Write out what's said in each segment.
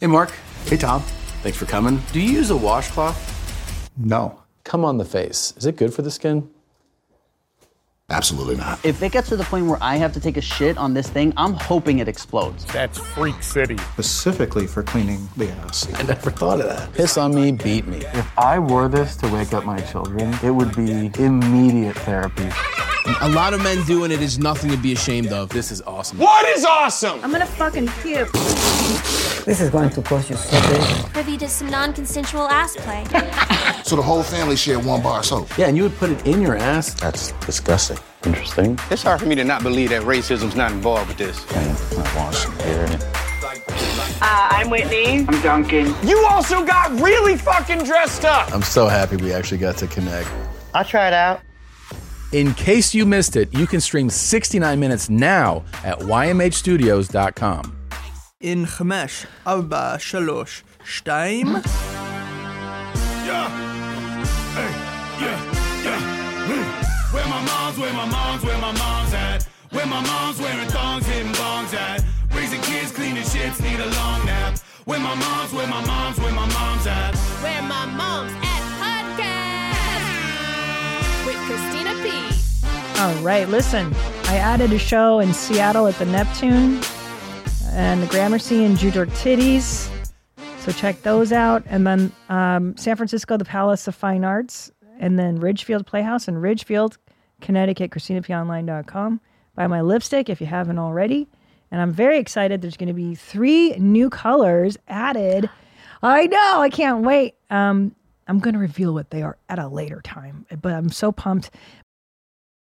Hey, Mark. Hey, Tom. Thanks for coming. Do you use a washcloth? No, Come on the face. Is it good for the skin? absolutely not. If it gets to the point where I have to take a shit on this thing, I'm hoping it explodes. That's Freak City. Specifically for cleaning the house. I never thought of that. Piss on me, beat me. I wore this to wake up my children, it would be immediate therapy. A lot of men doing it is nothing to be ashamed of. This is awesome. What is awesome? I'm gonna fucking puke. This is going to cost you something. privy to some non consensual ass play. So the whole family shared one bar of soap. Yeah, and you would put it in your ass. That's disgusting. Interesting. It's hard for me to not believe that racism's not involved with this. I want some hair in it. Uh, I'm Whitney. I'm Duncan. You also got really fucking dressed up. I'm so happy we actually got to connect. I'll try it out. In case you missed it, you can stream 69 minutes now at ymhstudios.com. In Chemesh, Abba, Shalosh, Stein. Yeah. Hey, yeah, yeah. Mm. Where my mom's, where my mom's, where my mom's at. Where my mom's wearing thongs, hitting bongs at. Raising kids, cleaning shits, need a long nap. Where my mom's, where my mom's, where my mom's at. Where my mom's at podcast with Christina P. All right, listen. I added a show in Seattle at the Neptune and the Gramercy and Jew Dork Titties. So check those out. And then um, San Francisco, the Palace of Fine Arts, and then Ridgefield Playhouse in Ridgefield, Connecticut, ChristinaPOnline.com. Buy my lipstick if you haven't already. And I'm very excited. There's going to be three new colors added. I know. I can't wait. Um, I'm going to reveal what they are at a later time, but I'm so pumped.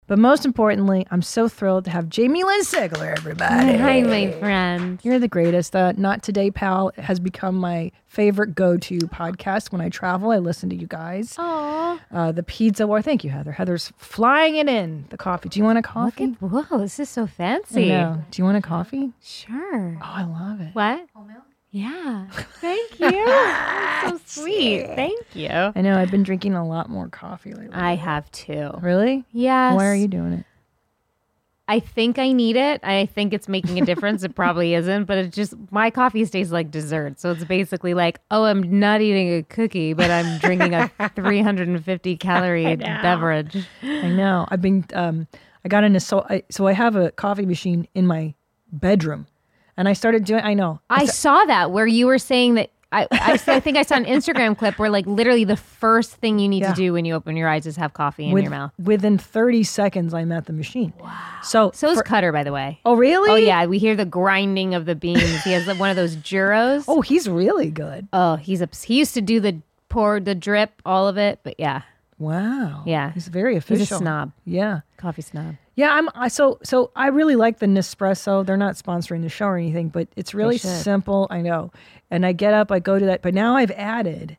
But most importantly, I'm so thrilled to have Jamie Lynn Sigler, everybody. Hi, my friend. You're the greatest. Uh, Not Today, Pal has become my favorite go to podcast. When I travel, I listen to you guys. Aww. Uh, the Pizza War. Thank you, Heather. Heather's flying it in. The coffee. Do you want a Look coffee? at, whoa, this is so I fancy. know. Do you want a coffee? Sure. Oh, I love it. What? Yeah. Thank you. That's so sweet. Thank you. I know. I've been drinking a lot more coffee lately. I have too. really? Yes. Why are you doing it? I think I need it. I think it's making a difference. it probably isn't, but it's just my coffee tastes like dessert. So it's basically like, oh, I'm not eating a cookie, but I'm drinking a 350 calorie beverage. I know. I've been. Um, I got an assault. I, so I have a coffee machine in my bedroom, and I started doing. I know. I saw that where you were saying that. I, I, s- I think I saw an Instagram clip where, like, literally the first thing you need Yeah. to do when you open your eyes is have coffee in With- your mouth. Within 30 seconds, I'm at the machine. Wow. So, So is for- Cutter, by the way. oh, really? Oh, yeah. We hear the grinding of the beans. He has like, one of those juros. Oh, he's really good. Oh, he's ups. He used to do the pour, the drip, all of it. But yeah, Wow. Yeah. He's very he's official. a snob, Yeah. coffee snob. Yeah, I'm I so so I really like the Nespresso. They're not sponsoring the show or anything, but it's really should. simple, I know. And I get up, I go to that, but now I've added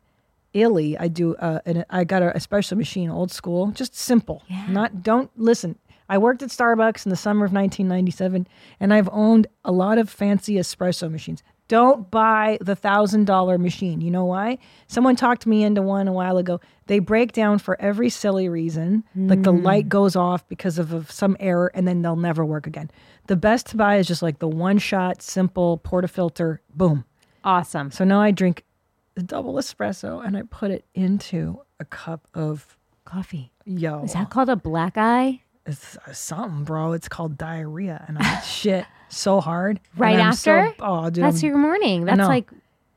Illy. I do uh an, I got a, a special machine, old school, just simple. Not don't listen. I worked at Starbucks in the summer of 1997 and I've owned a lot of fancy espresso machines. Don't buy the $1000 machine. You know why? Someone talked me into one a while ago. They break down for every silly reason. Like the light goes off because of, of some error and then they'll never work again. The best to buy is just like the one shot, simple portafilter, boom. Awesome. So now I drink the double espresso and I put it into a cup of Coffee. yo. Is that called a black eye? it's uh, something, bro. It's called diarrhea and I shit so hard. and Right I'm so- after? oh, dude. That's I'm- your morning. That's know. like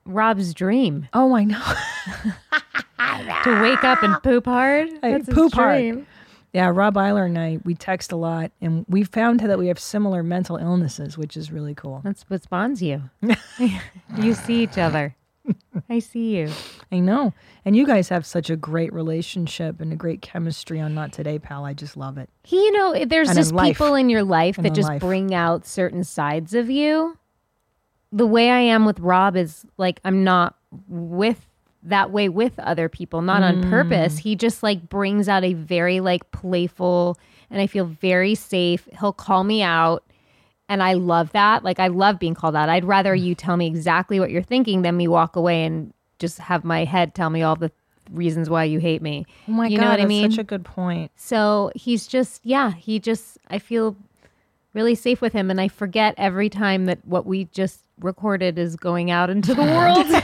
Rob's dream oh, I know. to wake up and poop hard. Hey, That's his poop hard. dream. Yeah, Rob Eiler and I, we text a lot and we found that we have similar mental illnesses, which is really cool. That's what bonds you. you see each other. I see you. I know. And you guys have such a great relationship and a great chemistry on Not Today, pal. I just love it. He, you know, there's And in just life. people in your life And that in just life. bring out certain sides of you. The way I am with Rob is like I'm not with that way with other people, not on Mm. purpose. He just like brings out a very like playful and I feel very safe. He'll call me out and I love that. Like I love being called out. I'd rather Mm. you tell me exactly what you're thinking than me walk away and just have my head tell me all the reasons why you hate me. Oh my you God, know what I that's mean? such a good point. So he's just, yeah, he just, I feel really safe with him. And I forget every time that what we just recorded is going out into the world.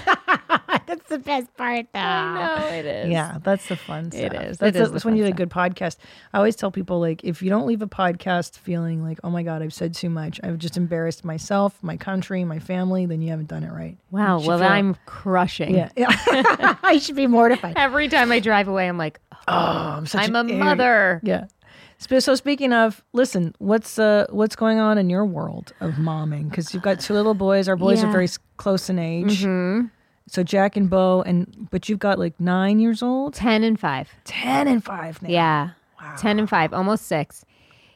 That's the best part, though. I know it is. Yeah, that's the fun stuff. It is. That's, It is the- the that's when you get a good podcast. I always tell people like, if you don't leave a podcast feeling like, oh my god, I've said too much, I've just embarrassed myself, my country, my family, then you haven't done it right. Wow. You should Well, feel- I'm crushing. Yeah. I should be mortified. Every time I drive away, I'm like, oh, I'm such an I'm a idiot. mother. Yeah. Sp- So speaking of, listen, what's uh what's going on in your world of momming? Because you've got two little boys. Our boys Yeah. Mm-hmm. are very s- close in age. So Jack and Bo, and but you've got like nine years old, ten and five, ten and five now. Yeah. 10 and 5, almost 6.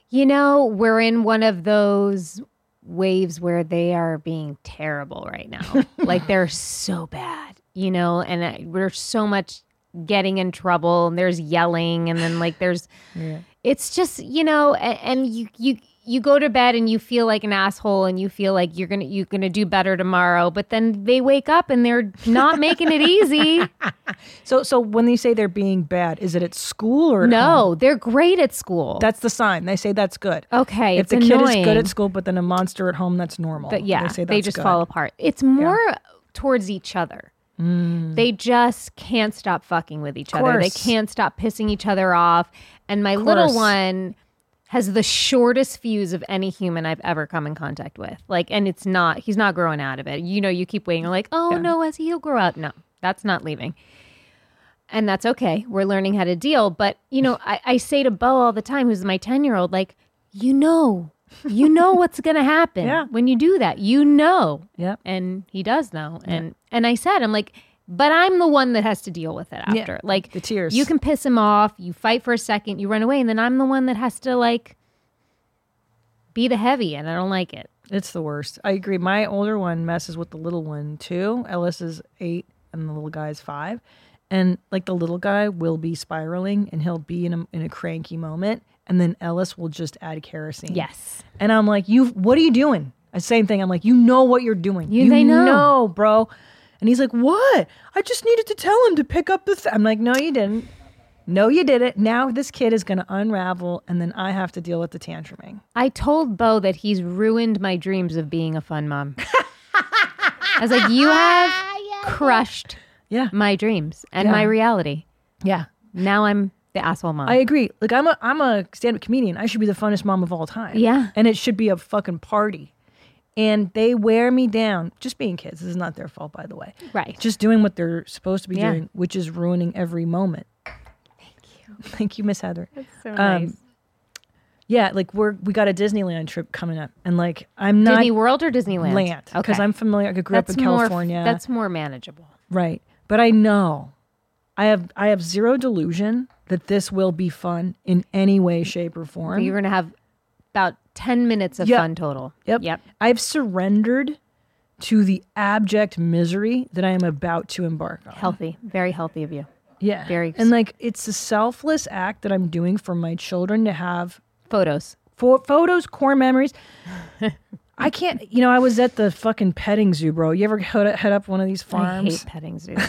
You know, we're in one of those waves where they are being terrible right now. like they're so bad, you know, and I, we're so much getting in trouble and there's yelling and then like there's Yeah. it's just, you know, and, and you you you go to bed and you feel like an asshole and you feel like you're going to you're going to do better tomorrow, but then they wake up and they're not making it easy. So so when you say they're being bad, is it at school or at No, home? they're great at school. That's the sign. They say that's good. Okay, if it's the kid is good annoying. at school, but then a monster at home, that's normal. But yeah, they, say they that's just good. fall apart. It's more towards each other. Mm. They just can't stop fucking with each other. They Course. can't stop pissing each other off. And my little Course. one has the shortest fuse of any human I've ever come in contact with. Like, and it's not, he's not growing out of it. You know, you keep waiting. You're like, oh no, as he'll grow up. No, that's not leaving. And that's okay. We're learning how to deal. But, you know, I, I say to Bo all the time, who's my 10 year old, like, you know, you know what's going to happen Yeah. when you do that. You know. Yep. And he does know. And and I said, I'm like, but I'm the one that has to deal with it Yeah. after. Like The tears. You can piss him off, you fight for a second, you run away, and then I'm the one that has to like be the heavy and I don't like it. It's the worst. I agree. My older one messes with the little one too. Ellis is eight and the little guy is five. And like the little guy will be spiraling and he'll be in a, in a cranky moment. And then Ellis will just add kerosene. Yes. And I'm like, you, what are you doing? The same thing. I'm like, you know what you're doing. You- they know. bro. And he's like, what? I just needed to tell him to pick up the. Th-. I'm like, no, you didn't. No, you did it. Now this kid is going to unravel, and then I have to deal with the tantruming. I told Bo that he's ruined my dreams of being a fun mom. I was like, you have crushed yeah. my dreams and Yeah. my reality. Yeah. Now I'm the asshole mom. I agree. Like I'm a I'm a stand-up comedian. I should be the funnest mom of all time. Yeah. And it should be a fucking party. And they wear me down. Just being kids. This is not their fault, by the way. Right. Just doing what they're supposed to be Yeah. doing, which is ruining every moment. Thank you. Thank you, Miss Heather. That's so nice. Yeah, like we're we got a Disneyland trip coming up, and like I'm not Disney World or Disneyland? Land because Okay. I'm familiar. I grew up in more- California. that's more manageable. Right. But I know I have I have zero delusion that this will be fun in any way, shape, or form. You're going to have about 10 minutes of Yeah. fun total. Yep. Yep. I've surrendered to the abject misery that I am about to embark on. Healthy. Very healthy of you. Yeah. Oh, Very. And like it's a selfless act that I'm doing for my children to have photos. Fo- photos, core memories. I can't, you know, I was at the fucking petting zoo, bro. You ever head head up one of these farms? I hate petting zoos.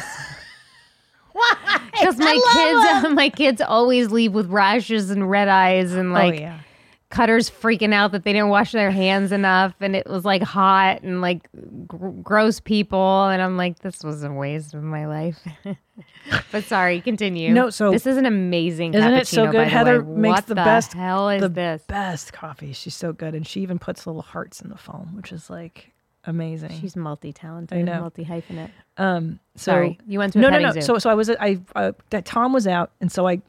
Because my kids, my kids always leave with rashes and red eyes and like Oh, yeah. cutters freaking out that they didn't wash their hands enough, and it was like hot and like gr- gross people, and I'm like, this was a waste of my life. but sorry, continue. No, so- this is an amazing, Isn't it so cappuccino, good? by Heather the way. makes What the, best. Hell is the this? best coffee. She's so good, and she even puts little hearts in the foam, which is like amazing. She's multi-talented, I know. multi hyphenate. Um, so Sorry, you went to a no, no, petting no. zoo. So, so I was, at- I uh, that Tom was out, and so I,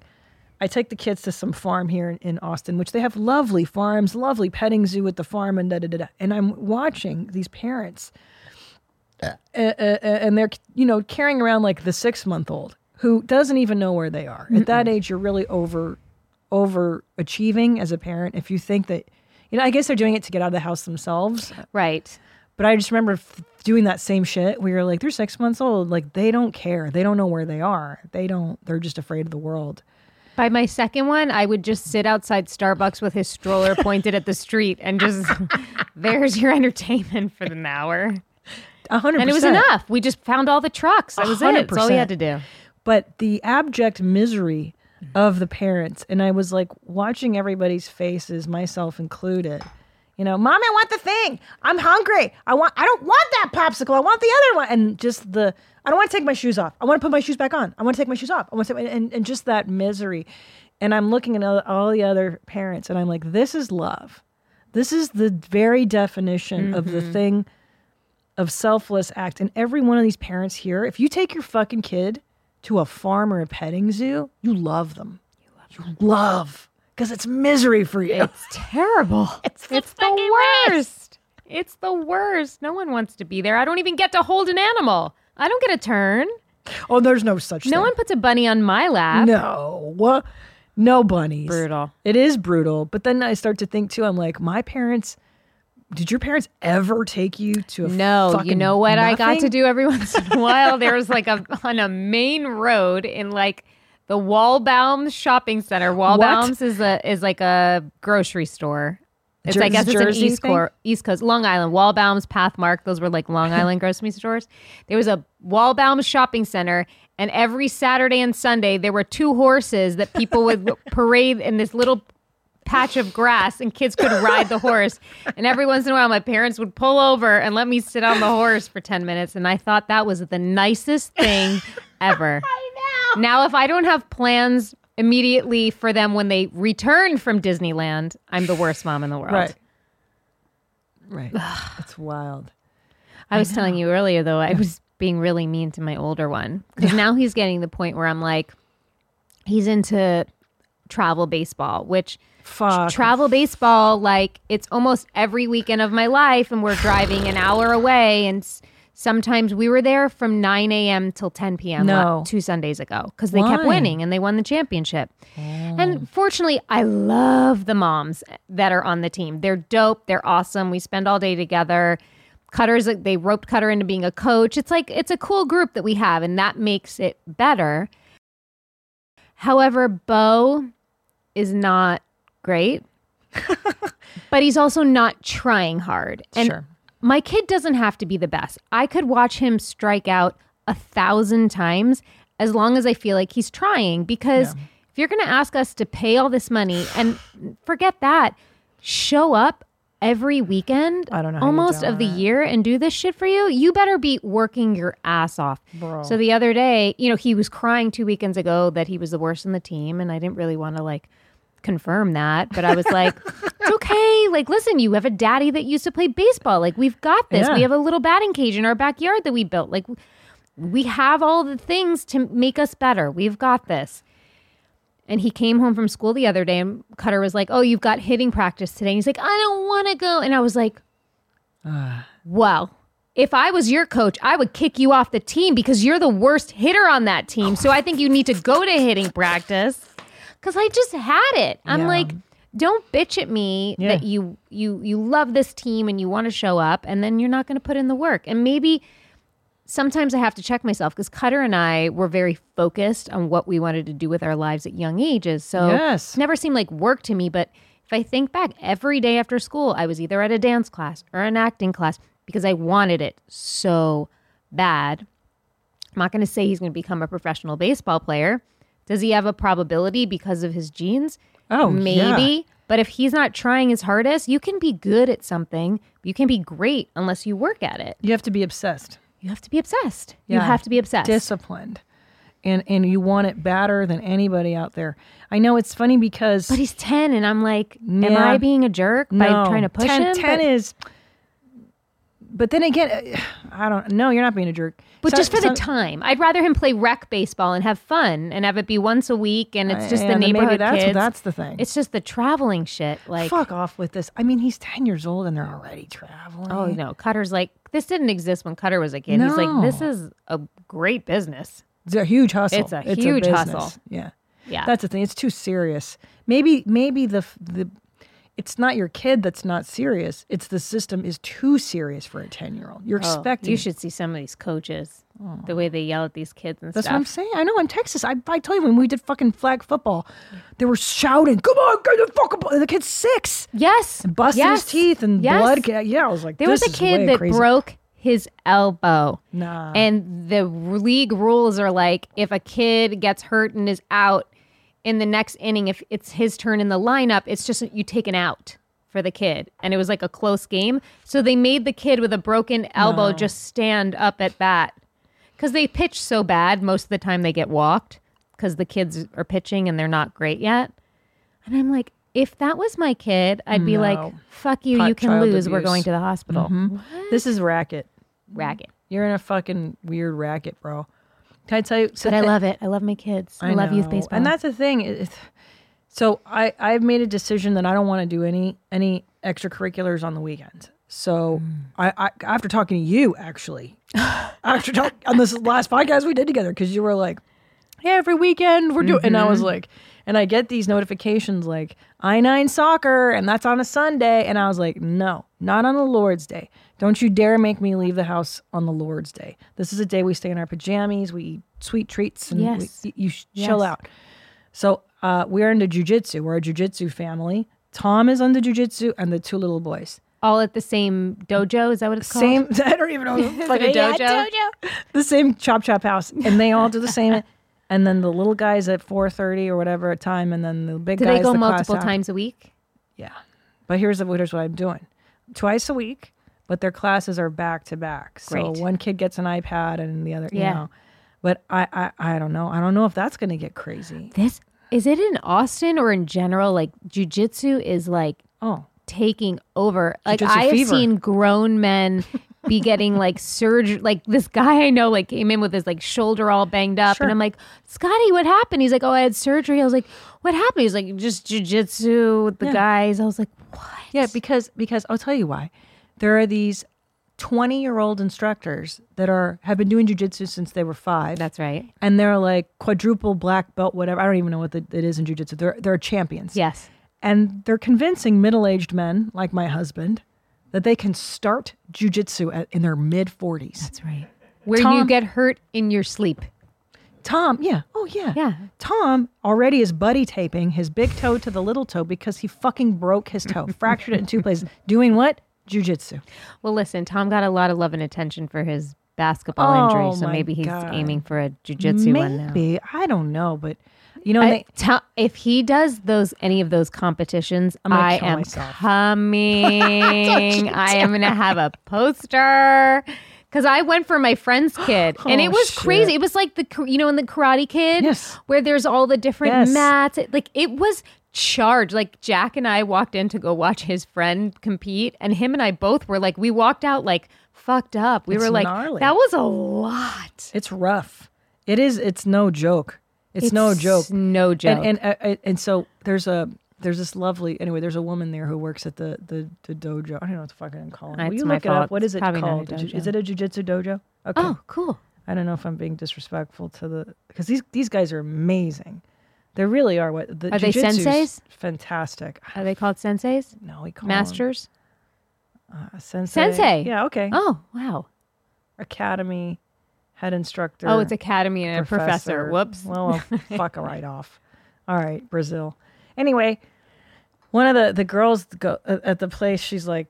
I take the kids to some farm here in, in Austin, which they have lovely farms, lovely petting zoo at the farm, and da da da. da. And I'm watching these parents, uh, uh, uh, and they're you know carrying around like the six month old who doesn't even know where they are. At that age, you're really over, over achieving as a parent if you think that, you know. I guess they're doing it to get out of the house themselves, right? But I just remember f- doing that same shit where you're like, they're six months old. Like, they don't care. They don't know where they are. They don't, they're just afraid of the world. By my second one, I would just sit outside Starbucks with his stroller pointed at the street and just there's your entertainment for an hour. A hundred And it was percent. enough. We just found all the trucks. That was it. That's all we had to do. But the abject misery of the parents, and I was like watching everybody's faces, myself included, You know, mom, I want the thing. I'm hungry. I want. I don't want that popsicle. I want the other one. And just the. I don't want to take my shoes off. I want to put my shoes back on. I want to take my shoes off. I want to. And and just that misery. And I'm looking at all- all the other parents, and I'm like, this is love. This is the very definition of the Mhm. thing of selfless act. And every one of these parents here, if you take your fucking kid to a farm or a petting zoo, you love them. You love. because it's misery for you. It's terrible. It's the, worst. It's the worst. No one wants to be there. I don't even get to hold an animal. I don't get a turn. Oh, there's no such No thing. one puts a bunny on my lap. No. What? No bunnies. Brutal. It is brutal. But then I start to think too, I'm like, my parents, did your parents ever take you to a No, you fucking know what I got to nothing? do every once in a while? There was like a on a main road in like the Walbaums shopping center. Walbaums is a is like a grocery store. It's Jer- I guess it's an Jersey East thing? Coast, East Coast, Long Island, Walbaums, Pathmark. Those were like Long Island grocery stores. There was a Walbaums shopping center, and every Saturday and Sunday there were two horses that people would parade in this little patch of grass and kids could ride the horse. And every once in a while, my parents would pull over and let me sit on the horse for 10 minutes. And I thought that was the nicest thing ever. I know. Now, if I don't have plans immediately for them when they return from Disneyland, I'm the worst mom in the world. Right. Right. it's wild. I was know. telling you earlier, though, I was being really mean to my older one because now he's getting the point where I'm like, he's into travel baseball, which Fuck. travel baseball, like it's almost every weekend of my life, and we're driving an hour away, and s- sometimes we were there from 9 a.m. till 10 p.m. la- No. two Sundays ago because they kept Why? Oh. winning and they won the championship. And fortunately, I love the moms that are on the team. They're dope. They're awesome. We spend all day together. Cutter's like they roped Cutter into being a coach. It's like it's a cool group that we have, and that makes it better. However, Bo is not great, but he's also not trying hard. And Sure. my kid doesn't have to be the best. I could watch him strike out a thousand times as long as I feel like he's trying. Because if you're going to ask us to pay all this money and forget that, show up every weekend I don't know how you almost do of the year and do this shit for you, you better be working your ass off. Bro. So the other day, you know, he was crying two weekends ago that he was the worst in the team, and I didn't really want to like confirm that, but I was like, it's okay. Like, listen, you have a daddy that used to play baseball. Like, we've got this. Yeah. We have a little batting cage in our backyard that we built. Like, we have all the things to make us better. We've got this. And he came home from school the other day, and Cutter was like, "Oh, you've got hitting practice today." And he's like, "I don't want to go." And I was like, Ah. well, if I was your coach, I would kick you off the team because you're the worst hitter on that team. So I think you need to go to hitting practice. Cuz I just had it. I'm Yeah. like, don't bitch at me Yeah. that you you you love this team and you want to show up and then you're not going to put in the work. And maybe sometimes I have to check myself cuz Cutter and I were very focused on what we wanted to do with our lives at young ages. So Yes. never seemed like work to me, but if I think back, every day after school, I was either at a dance class or an acting class because I wanted it so bad. I'm not going to say he's going to become a professional baseball player. Does he have a probability because of his genes? Oh, maybe. yeah. But if he's not trying his hardest, you can be good at something. You can be great unless you work at it. You have to be obsessed. You have to be obsessed. You Yeah. have to be obsessed. Disciplined. And and you want it better than anybody out there. I know it's funny because But he's ten and I'm like, Am I being a jerk by trying to push 10, him? 10 But- is but then again, uh, I don't. No, you're not being a jerk. But So- just for so- the time, I'd rather him play rec baseball and have fun and have it be once a week, and it's just Yeah, the then maybe neighborhood that's- kids. that's the thing. It's just the traveling shit. Like, fuck off with this. I mean, he's ten years old and they're already traveling. oh no, Cutter's like this didn't exist when Cutter was a kid. He's like, this is a great business. It's a huge hustle. It's a huge business. hustle. Yeah. Yeah. That's the thing. It's too serious. Maybe maybe the f- the it's not your kid that's not serious. It's the system is too serious for a 10-year-old. You're Oh, expecting You should see some of these coaches, the way they yell at these kids and That's stuff. what I'm saying. I know I'm Texas. I, I tell you when we did fucking flag football, they were shouting, "Come on, get the fucking ball." And The kid's 6. Yes. And busting Yes. his teeth and Yes. blood. ca- Yeah, I was like There was a "This is way kid that crazy." broke his elbow. Nah. And the league rules are like if a kid gets hurt and is out in the next inning, if it's his turn in the lineup, it's just you take an out. for the kid, and it was like a close game. So they made the kid with a broken elbow No. just stand up at bat because they pitch so bad most of the time they get walked because the kids are pitching and they're not great yet. And I'm like, if that was my kid, I'd be like, No. fuck you, Pot you can child lose. We're abuse. going to the hospital. Mhm. This is racket. Racket. You're in a fucking weird racket, bro. Can I tell you? But I love it. I love my kids. I, love youth know. baseball. And that's the thing. it- it's- so I I've made a decision that I don't want to do any any extracurriculars on the weekend. So Mm. I, I after talking to you actually, after talk on this last podcast we did together because you were like, yeah, every weekend we're doing, and I Mm-hmm. was Mhm. like, and I get these notifications like I nine soccer and that's on a Sunday, and I was like, no, not on the Lord's Day. Don't you dare make me leave the house on the Lord's Day. This is a day we stay in our pajamas, we eat sweet treats, and we- Yes. y- you sh- chill Yes. out. So uh, we're into jujitsu. We're a jujitsu family. Tom is into jujitsu, and the two little boys. all at the same dojo. Is that what it's called? Same- I don't even know what the Is fuck it a it is. dojo? the same chop chop house, and they all do the same. And then the little guys at four thirty or whatever time, and then the big Do guys. they go the class multiple after. times a week? Yeah, but here's the here's what I'm doing, twice a week, but their classes are back to back. So Great. one kid gets an iPad and the other, Yeah. you know. But I, I I don't know. I don't know if that's going to get crazy. This is it in Austin or in general? Like jujitsu is like oh taking over. Like Jujitsu I have fever. seen grown men be getting like surgery. Like this guy I know like came in with his like shoulder all banged up, Sure. and I'm like, Scotty, what happened? He's like, Oh, I had surgery. I was like, What happened? He's like, Just jujitsu with the Yeah. guys. I was like, Yeah, because because I'll tell you why. There are these 20-year-old instructors that are have been doing jujitsu since they were 5. That's right. And they're like quadruple black belt whatever. I don't even know what the, it is in jujitsu. They're they're champions. Yes. And they're convincing middle-aged men like my husband that they can start jujitsu at- in their mid 40s. That's right. Where you Tom- get hurt in your sleep. Tom, yeah. Oh, yeah. Yeah. Tom already is buddy taping his big toe to the little toe because he fucking broke his toe, fractured it in two places. Doing what? Jujitsu. Well, listen, Tom got a lot of love and attention for his basketball Oh, injury, so my maybe he's God. aiming for a jujitsu one now. Maybe. I don't know, but you know, I- they- tell- if he does those any of those competitions, I'm gonna I kill am myself. coming. you I am gonna have a poster because I went for my friend's kid, and Oh, it was shit. crazy. It was like the you know in the Karate Kid, where there's all the different Yes. mats. It, like it was charged. Like Jack and I walked in to go watch his friend compete, and him and I both were like, we walked out like fucked up. We It's were like, gnarly. that was a lot. It's rough. It is. It's no joke. It's, no It's joke. no joke. And and, uh, and so there's a there's this lovely anyway. There's a woman there who works at the the, the dojo. I don't know what the fuck I'm calling. it. Will It's you my look it fault. up? What It's is it probably not a called? Ju- Is dojo. it a jujitsu dojo? Okay. Oh, cool. I don't know if I'm being disrespectful to the because these these guys are amazing. They really are. What the Are they jujitsu's senseis? Fantastic. Are they called senseis? No, we call 'em- masters. Uh, sensei. Sensei. Yeah. Okay. Oh wow. Academy head instructor. Oh, it's academy and a professor. Whoops. Well, well, fuck a right off. All right, Brazil. Anyway, one of the the girls go, uh, at, at the place. She's like,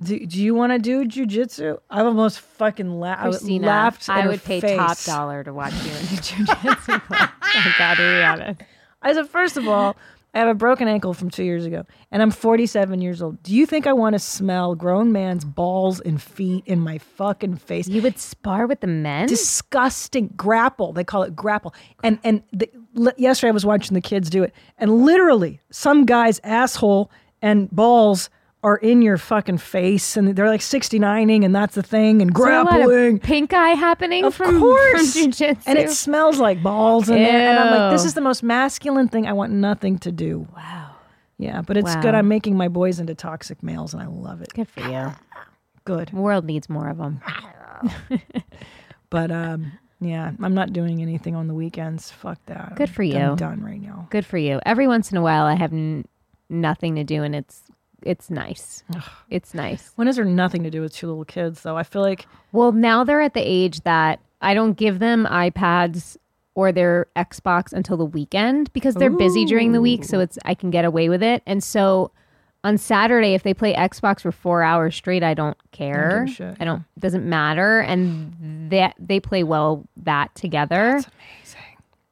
"Do, do you want to do jujitsu?" I almost fucking la- Christina, I laughed. I in her would pay face. top dollar to watch you in a jujitsu Oh class. I gotta be honest. I said, first of all, I have a broken ankle from two years ago, and I'm 47 years old. Do you think I want to smell grown man's balls and feet in my fucking face? You would spar with the men? Disgusting grapple. They call it grapple. And and the, li- yesterday I was watching the kids do it, and literally some guy's asshole and balls are in your fucking face, and they're like 69ing, and that's the thing, and Is there a lot of grappling. pink eye happening Of from, course. from jujitsu. And it smells like balls in there. And I'm like, this Ew. is the most masculine thing I want nothing to do. Wow. Yeah, but it's Wow. good. I'm making my boys into toxic males and I love it. Good for you. Good. The world needs more of them. But um, yeah, I'm not doing anything on the weekends. Fuck that. Good for I'm- you. I'm done right now. Good for you. Every once in a while, I have n- nothing to do, and it's it's nice. It's nice. When is there nothing to do with two little kids though? I feel like Well, now they're at the age that I don't give them iPads or their Xbox until the weekend because they're busy during the week, so it's I can get away with it. And so on Saturday, if they play Xbox for four hours straight, I don't care. give a shit, I don't doesn't matter. And that they play well that together. That's amazing.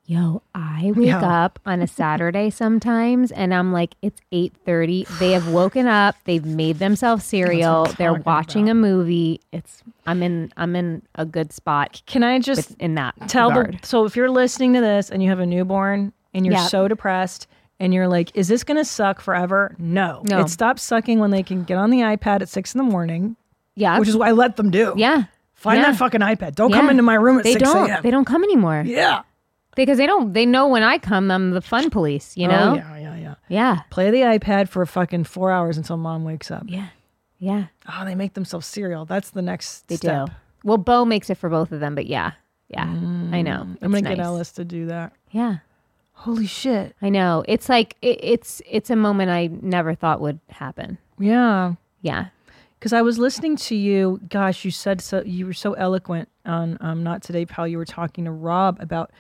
yo, I wake Yo. up on a Saturday sometimes and I'm like, it's 8.30. They have woken up. They've made themselves cereal. They're watching a movie. It's, I'm in, I'm in a good spot. Can I just with- in that Tell the, regard. so if you're listening to this and you have a newborn and you're Yeah. so depressed and you're like, is this going to suck forever? No. No. It stops sucking when they can get on the iPad at six in the morning. Yeah. Which is what I let them do. Yeah. Find Yeah. that fucking iPad. Don't Yeah. come into my room at they 6 don't, a.m. They don't come anymore. Yeah. Because they don't, they know when I come, I'm the fun police, you Oh, know? yeah, yeah, yeah. Yeah. Play the iPad for fucking four hours until mom wakes up. Yeah. Yeah. Oh, they make themselves cereal. That's the next They step. do. Well, Bo makes it for both of them, but yeah. Yeah. I Mm, know. I'm It's gonna get nice. Ellis to do that. Yeah. Holy shit. I know. It's like it, it's it's a moment I never thought would happen. Yeah. Yeah. Because I was listening to you, gosh, you said so. You were so eloquent on um, not today, pal. You were talking to Rob about.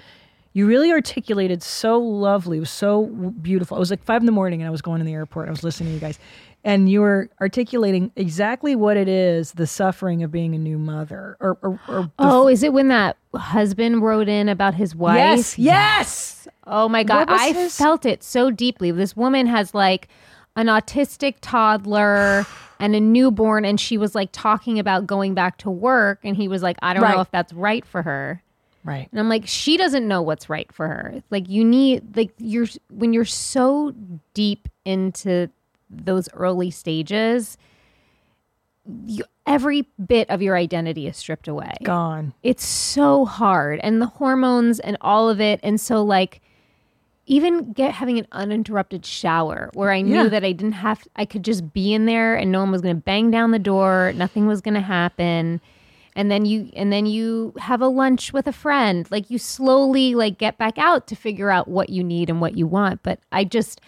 You really articulated so lovely. It was so w- beautiful. It was like five in the morning, and I was going to the airport. I was listening to you guys, and you were articulating exactly what it is the suffering of being a new mother. Or, or, or the- Oh, is it when that husband wrote in about his wife? Yes, yes. Oh my god, What was I his- felt it so deeply. This woman has like an autistic toddler and a newborn and she was like talking about going back to work and he was like I don't Right. know if that's right for her. right. And I'm like, she doesn't know what's right for her. It's Like you need like you're when you're so deep into those early stages, you, every bit of your identity is stripped away. Gone. It's so hard and the hormones and all of it and so like even get having an uninterrupted shower where I knew Yeah. that I didn't have I could just be in there and no one was going to bang down the door, nothing was going to happen. And then you and then you have a lunch with a friend. Like you slowly like get back out to figure out what you need and what you want, but I just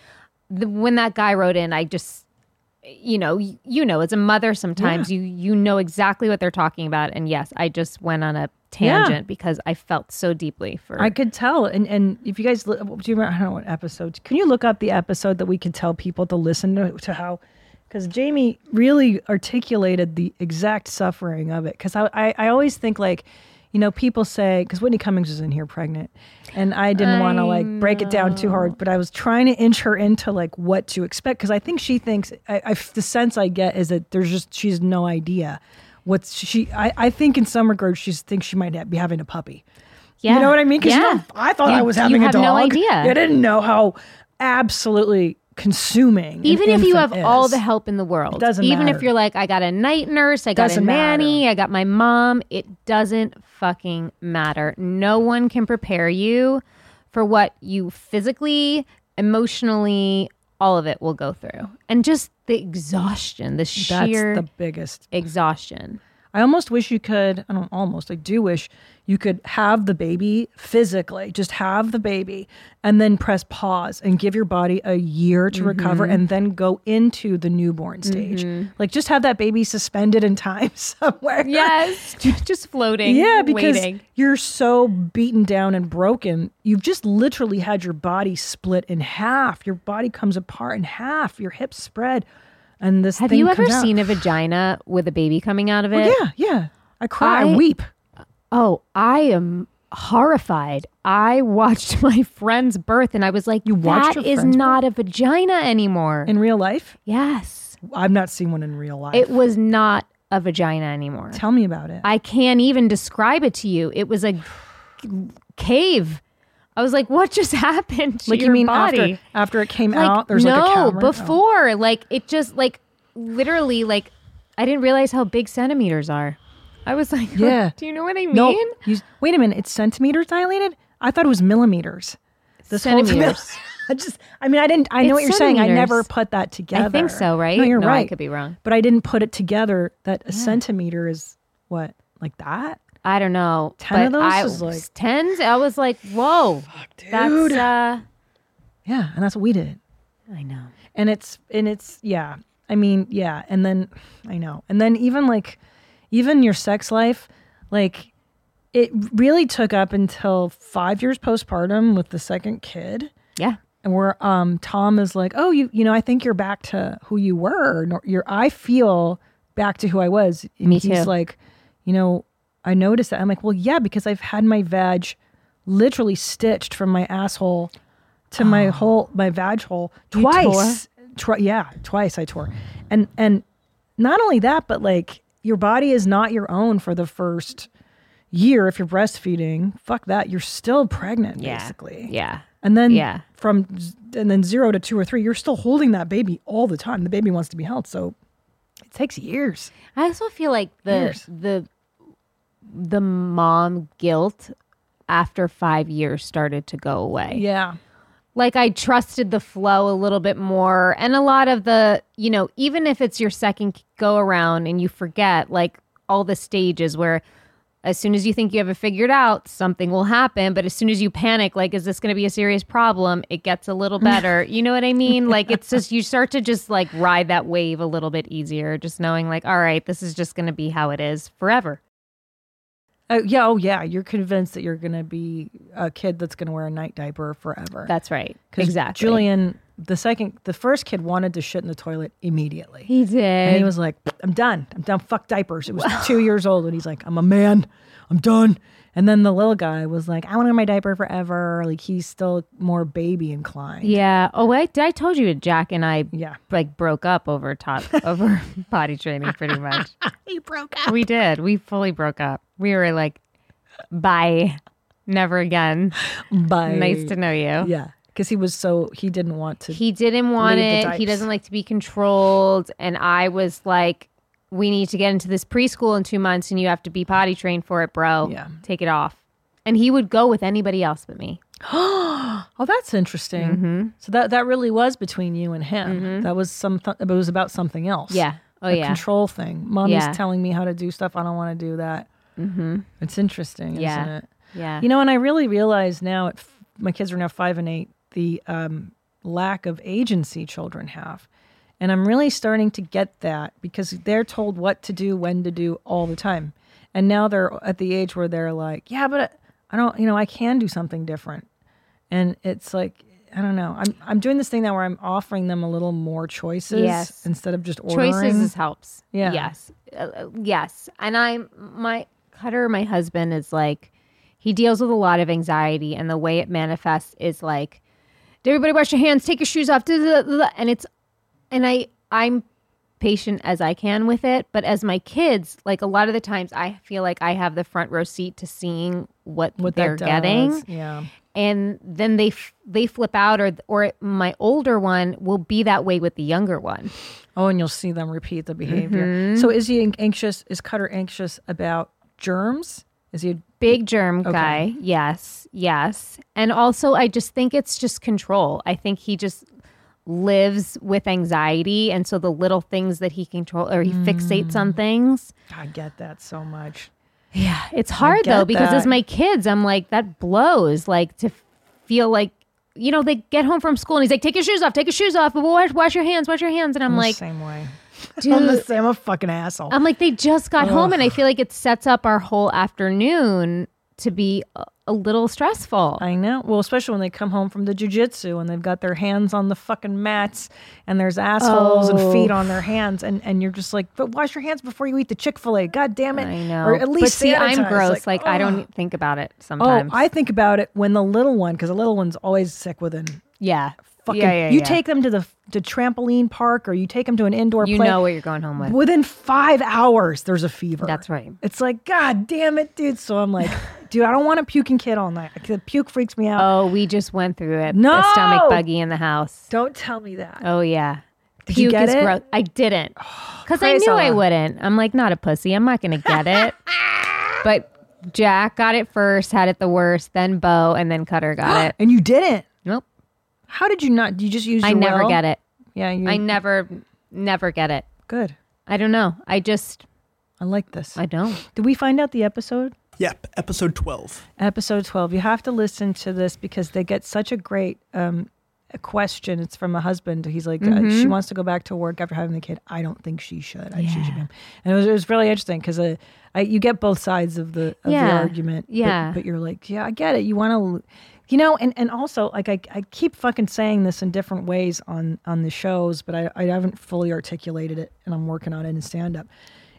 the, when that guy wrote in, I just you know, you, you know, as a mother sometimes you you know exactly what they're talking about and yes, I just went on a Yeah. tangent because I felt so deeply for I could tell. And and if you guys li- do you remember? I don't know what episode. Can you look up the episode that we could tell people to listen to, to how? Because Jamie really articulated the exact suffering of it. Because I, I I always think like. You know, people say because Whitney Cummings was in here pregnant, and I didn't want to I like break it down too hard, but I was trying to inch her into like what to expect because I think she thinks I, I the sense I get is that there's just she's no idea what's she. I, I think in some regards she thinks she might ha- be having a puppy. You Yeah. know what I mean? Because Yeah. I thought You- I was you having a have dog. no idea. I didn't know how absolutely consuming. an even if you have infant all is. the help in the world It doesn't even if matter. you're like i got a night nurse i got Doesn't a nanny i got my mom it doesn't fucking matter no one can prepare you for what you physically emotionally all of it will go through and just the exhaustion the That's sheer the biggest exhaustion I almost wish you could, I don't almost, I do wish you could have the baby physically, just have the baby and then press pause and give your body a year to recover Mhm. and then go into the newborn stage. Mhm. Like just have that baby suspended in time somewhere. yes just floating Yeah, because waiting. you're so beaten down and broken. You've just literally had your body split in half. Your body comes apart in half. Your hips spread, and this. have thing you ever comes out. seen a vagina with a baby coming out of it Well, yeah, yeah. I cry. I, I- weep. Oh, I am horrified. I watched my friend's birth and I was like, you watched that your is friend's not a vagina anymore. In real life? Yes. I've not seen one in real life. It was not a vagina anymore. Tell me about it. I can't even describe it to you. It was a g- cave. I was like, what just happened to like your you mean body? after after it came Like, out? There's no, like a camera. Oh. before. Like it just like literally like I didn't realize how big centimeters are. I was like, Yeah. do you know what I mean? No, you- wait a minute. It's centimeters dilated. I thought it was millimeters. This whole- Centimeters. I just. I mean, I didn't. I know what It's you're saying. I centimeters. never put that together. I think so, right? No, you're no, right. I could be wrong. but I didn't put it together that a centimeter is what like that. I don't know. Ten of but those I is like- tens. I was like, whoa, That's dude. uh, Yeah, and that's what we did. I know. And it's and it's yeah. I mean yeah, and then I know, and then even like even your sex life, like it really took up until five years postpartum with the second kid. Yeah. And where um Tom is like, oh you you know I think you're back to who you were. nor- You're I feel back to who I was. And Me he's too. like, you know, I noticed that. I'm like, well yeah, because I've had my vag literally stitched from my asshole to my whole my vag hole Oh. You twice. Twi- yeah, twice I tore, and and not only that, but like your body is not your own for the first year if you're breastfeeding. Fuck that, you're still pregnant Yeah. basically. Yeah. And then Yeah. from z- and then zero to two or three, you're still holding that baby all the time. The baby wants to be held, so it takes years. I also feel like the Years. the the mom guilt after five years started to go away. Yeah. Like I trusted the flow a little bit more, and a lot of the you know even if it's your second go around and you forget like all the stages where. As soon as you think you have it figured out, something will happen. But as soon as you panic, like, is this going to be a serious problem? It gets a little better. you know what I mean? Like, it's just, you start to just like ride that wave a little bit easier, just knowing, like, all right, this is just going to be how it is forever. Oh yeah, oh yeah. You're convinced that you're gonna be a kid that's gonna wear a night diaper forever. That's right. 'Cause Exactly. Julian, the second, the first kid wanted to shit in the toilet immediately. He did. and he was like, "I'm done. I'm done. Fuck diapers." It was two years old, and he's like, "I'm a man. I'm done." And then the little guy was like, "I want to wear my diaper forever." Like he's still more baby inclined. Yeah. Oh, I, I told you Jack and I yeah. like broke up over top over potty training pretty much. He broke we did. We fully broke up. We were like, bye. Never again. Bye. Nice to know you. Yeah, because he was so he didn't want to. He didn't want leave the it. He diapers. doesn't like to be controlled. And I was like, we need to get into this preschool in two months and you have to be potty trained for it, bro. Yeah. Take it off. And he would go with anybody else but me. oh, that's interesting. Mm-hmm. So that that really was between you and him. That was some. Th- it was about something else. Yeah. Oh, a yeah. Control thing. Mommy's Yeah. telling me how to do stuff. I don't want to do that. Mhm. It's interesting, Yeah. isn't it? Yeah. You know, and I really realize now. At f- my kids are now five and eight. The um, lack of agency children have. And I'm really starting to get that because they're told what to do, when to do all the time. And now they're at the age where they're like, yeah, but uh, I don't, you know, I can do something different. And it's like, I don't know. I'm I'm doing this thing now where I'm offering them a little more choices Yes. instead of just ordering. Choices is helps. Yeah. Yes. Uh, uh, yes. And I, my cutter, my husband is like, he deals with a lot of anxiety, and the way it manifests is like, did everybody wash your hands? Take your shoes off. duh, duh, duh, duh," And it's, and I, I'm patient as I can with it, but as my kids, like a lot of the times, I feel like I have the front row seat to seeing what What that they're does. getting Yeah. and then they f- they flip out or or my older one will be that way with the younger one Oh, and you'll see them repeat the behavior. Mhm. So is he an- anxious? Is Cutter anxious about germs? Is he a big germ guy yes yes and also i just think it's just control i think he just lives with anxiety and so the little things that he control or he fixates Mm. on things I get that so much. Yeah, it's hard though get because as that. my kids i'm like that blows like to feel like you know they get home from school and he's like take your shoes off take your shoes off wash, wash your hands wash your hands and i'm, I'm the like Um, same way. I'm the dude same. I'm a fucking asshole. I'm like, they just got home, Ugh. and I feel like it sets up our whole afternoon to be a, a little stressful. I know. Well, especially when they come home from the jujitsu and they've got their hands on the fucking mats and there's assholes Oh. and feet on their hands and, and you're just like, but wash your hands before you eat the Chick Fil A. God damn it! I know. Or at least but see, I'm sanitize. gross. Like, I ugh. don't think about it sometimes. Oh, I think about it when the little one, because the little one's always sick with an yeah, fucking. Yeah, yeah, you yeah. take them to the to trampoline park or you take them to an indoor. You play. know what you're going home with. Within five hours, there's a fever. That's right. It's like, God damn it, dude. So I'm like, dude, I don't want a puking kid all night. The puke freaks me out. Oh, we just went through it. No! the stomach buggy in the house. Don't tell me that. Oh yeah, Did you get is it? gross. I didn't because I praise knew I Allah. wouldn't. I'm like not a pussy. I'm not gonna get it. but Jack got it first, had it the worst, then Bo, and then Cutter got it. And you didn't. Nope. How did you not? You just use. I your never will? get it. Yeah, you, I never, never get it. Good. I don't know. I just. I like this. I don't. Did we find out the episode? Yep, episode 12. episode 12 you have to listen to this because they get such a great um a question it's from a husband he's like uh, she Mm-hmm. Mhm. wants to go back to work after having the kid i don't think she should I, she should be. and it was, it was really interesting because uh, I- you get both sides of the of the Yeah. argument but- Yeah. but, you're like yeah i get it you want to you know and and also like I, I keep fucking saying this in different ways on on the shows but i i haven't fully articulated it and i'm working on it in stand up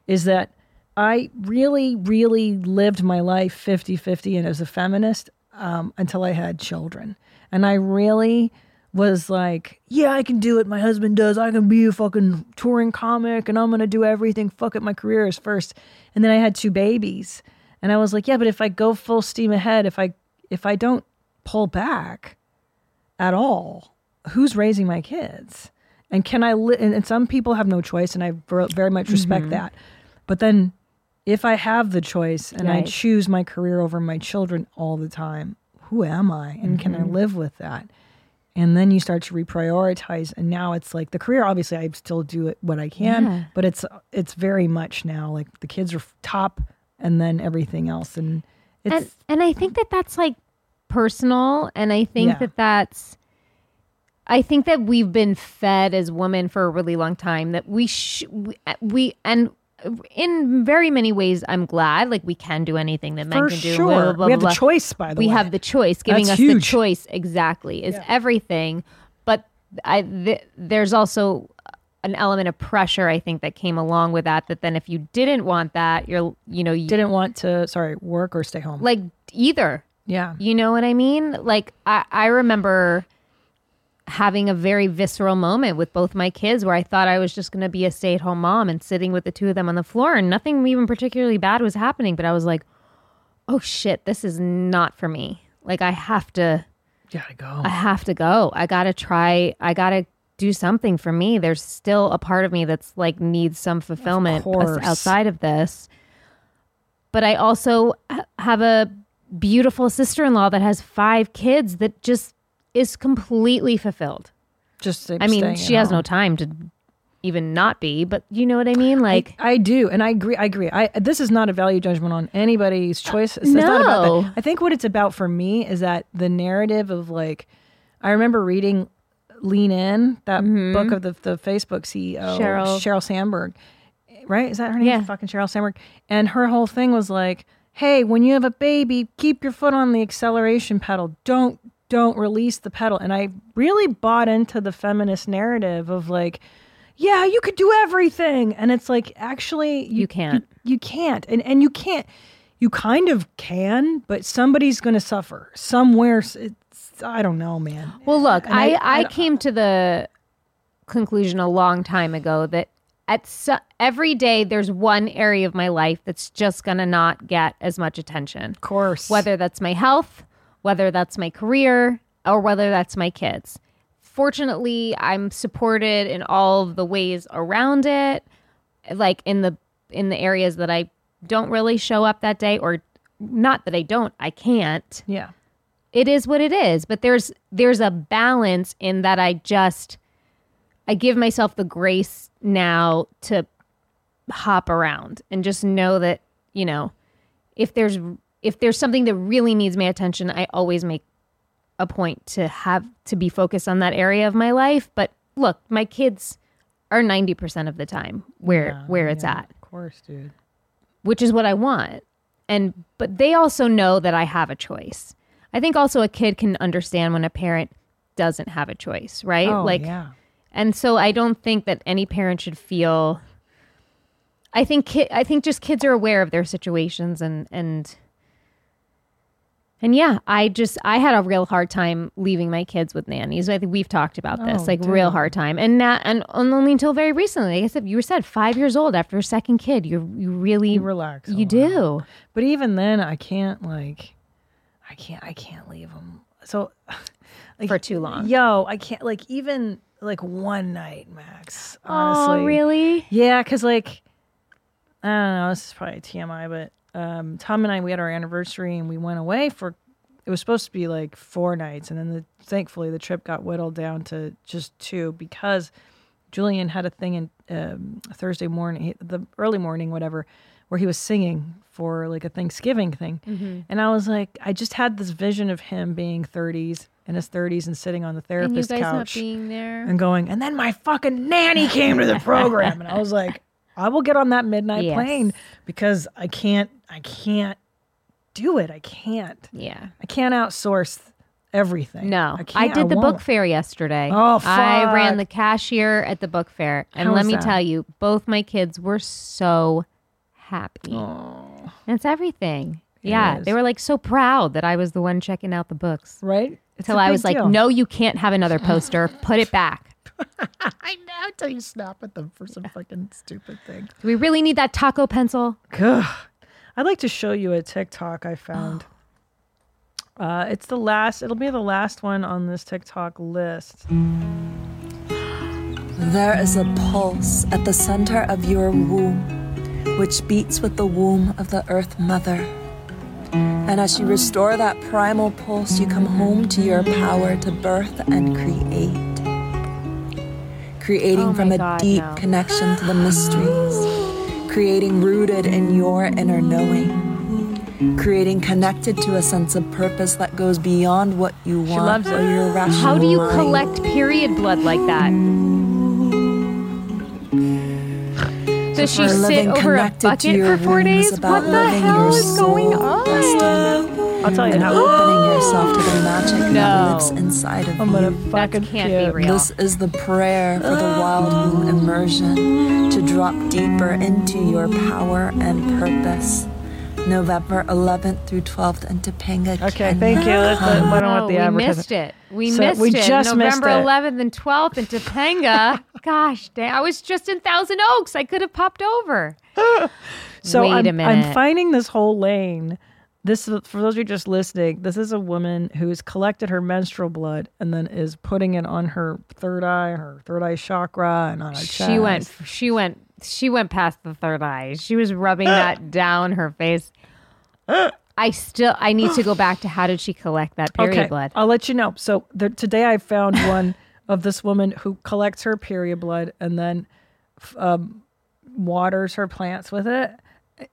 is that I really, really lived my life 50 50. And as a feminist, um, until I had children. And I really was like, yeah, I can do it. My husband does. I can be a fucking touring comic and I'm going to do everything. Fuck it. My career is first. And then I had two babies. And I was like, yeah, but if I go full steam ahead, if I if I don't pull back at all, who's raising my kids? And can I li- and, and some people have no choice and I ver- very much respect Mhm. that. But then if I have the choice and I Right. choose my career over my children all the time, who am I and can I Mhm. live with that? And then you start to reprioritize and now it's like the career obviously I still do it what I can, Yeah. but it's it's very much now like the kids are top and then everything else and it's and, and I think that that's like personal, and I think Yeah. that that's. I think that we've been fed as women for a really long time that we sh- we- uh, we and in very many ways I'm glad like we can do anything that men For can do sure. blah, blah, blah, We have blah, the blah. choice, by the we way. have the choice giving That's us the huge. choice exactly is everything but I th- there's also an element of pressure I think that came along with that that then if you didn't want that you're you know you didn't want to sorry work or stay home like either yeah you know what I mean? Like I, I remember having a very visceral moment with both my kids where I thought I was just gonna be a stay at home mom and sitting with the two of them on the floor and nothing even particularly bad was happening, but I was like, Oh shit, this is not for me. Like I have to gotta go. I have to go. I gotta try I gotta do something for me. There's still a part of me that's like needs some fulfillment course. outside of this but I also h- have a beautiful sister in law that has five kids that just is completely fulfilled. Just uh, I mean, staying she at has no home. time to even not be, but you know what I mean? Like, I do, and I agree. I agree. I this is not a value judgment on anybody's choice. It's not about no. that. I think what it's about for me is that the narrative of like, I remember reading Lean In, that Mhm. book of the the Facebook CEO Sheryl. Sandberg, right? Is that her name? Yeah. fucking Sheryl Sandberg. And her whole thing was like, hey, when you have a baby, keep your foot on the acceleration pedal. Don't don't release the pedal. And I really bought into the feminist narrative of like yeah, you could do everything. And it's like, actually, you, can't. You, you can't. And, and you can't. You kind of can, but somebody's going to suffer somewhere. s- It's, I don't know, man. well, look, And I, I- I, I- came to the conclusion a long time ago that at so, every day there's one area of my life that's just going to not get as much attention. Of course. Whether that's my health, whether that's my career, or whether that's my kids. Fortunately, I'm supported in all of the ways around it, like in the in the areas that I don't really show up that day or not that I don't, I can't. Yeah. It is what it is, but there's there's a balance in that I just I give myself the grace now to hop around and just know that, you know, if there's if there's something that really needs my attention, I always make a point to have to be focused on that area of my life, but look, my kids are 90% of the time where Yeah, where it's at Of course, dude. which is what I want. And but they also know that I have a choice. I think also a kid can understand when a parent doesn't have a choice, right? Oh, like yeah. and so I don't think that any parent should feel I think ki- I think just kids are aware of their situations and and and yeah, I just I had a real hard time leaving my kids with nannies. I think we've talked about this, Oh, like real dude. hard time, and that and only until very recently. Like I said, you were said five years old after a second kid. You you really You relax. a You do. But even then, I can't, like, I can't, I can't leave them. So, like, For too long. Yo, I can't, like, even like one night max, Aw, honestly. really? Yeah, because, like, I don't know. This is probably TMI, but um, Tom and I we had our anniversary and we went away for. It was supposed to be like four nights, and then the, thankfully the trip got whittled down to just two because Julian had a thing in um, Thursday morning, he- the early morning, whatever, where he was singing for like a Thanksgiving thing, Mm-hmm. Mhm. and I was like, I just had this vision of him being thirties in his thirties and sitting on the And you therapist guys not couch being there? and going, and then my fucking nanny came to the program, and I was like. I will get on that midnight Yes. plane because I can't I can't do it. I can't. Yeah. I can't outsource everything. No, I, I, can't, did the book won't. fair yesterday. Oh, I ran fuck. the cashier at the book fair, and How let was me that? tell you, both my kids were so happy. That's everything. Yeah, they were like so proud that I was the one checking out the books. Right? Until a I big was like, deal. no, you can't have another poster. Put it back. I know until you snap at them for some fucking stupid thing. Do we really need that taco pencil? Ugh. I'd like to show you a TikTok I found. uh, it's the last. It'll be the last one on this TikTok list. There is a pulse at the center of your womb, which beats with the womb of the Earth Mother. And as you restore that primal pulse, you come home to your power to birth and create. Creating Oh from my a God, deep no. connection to the mysteries, creating rooted in your inner knowing, creating connected to a sense of purpose that goes beyond what you want loves or it. your rational How do you mind. collect period blood like that? Does she For sit living over a connected to bucket your for four womb days? is about What the loving hell your is going on? I'll tell you and how. opening yourself to the magic that No. lives inside of I'm gonna you. fucking puke. This is the prayer for the wild womb immersion to drop deeper into your power and purpose. November 11th through 12th in Topanga. Okay, thank you. Let's- why don't Oh, want the we advertisement. missed it. We So missed we it. just missed November it. 11th and 12th in Topanga. Gosh, dang, I was just in Thousand Oaks. I could have popped over. So Wait I'm, a minute. I'm finding this whole lane. This is for those of you just listening. This is a woman who has collected her menstrual blood and then is putting it on her third eye, her third eye chakra, and on her chest. She went. She went. She went past the third eye. She was rubbing that down her face. I still. I need to go back to how did she collect that period okay, blood? I'll let you know. So the, today I found one of this woman who collects her period blood and then f- um, waters her plants with it.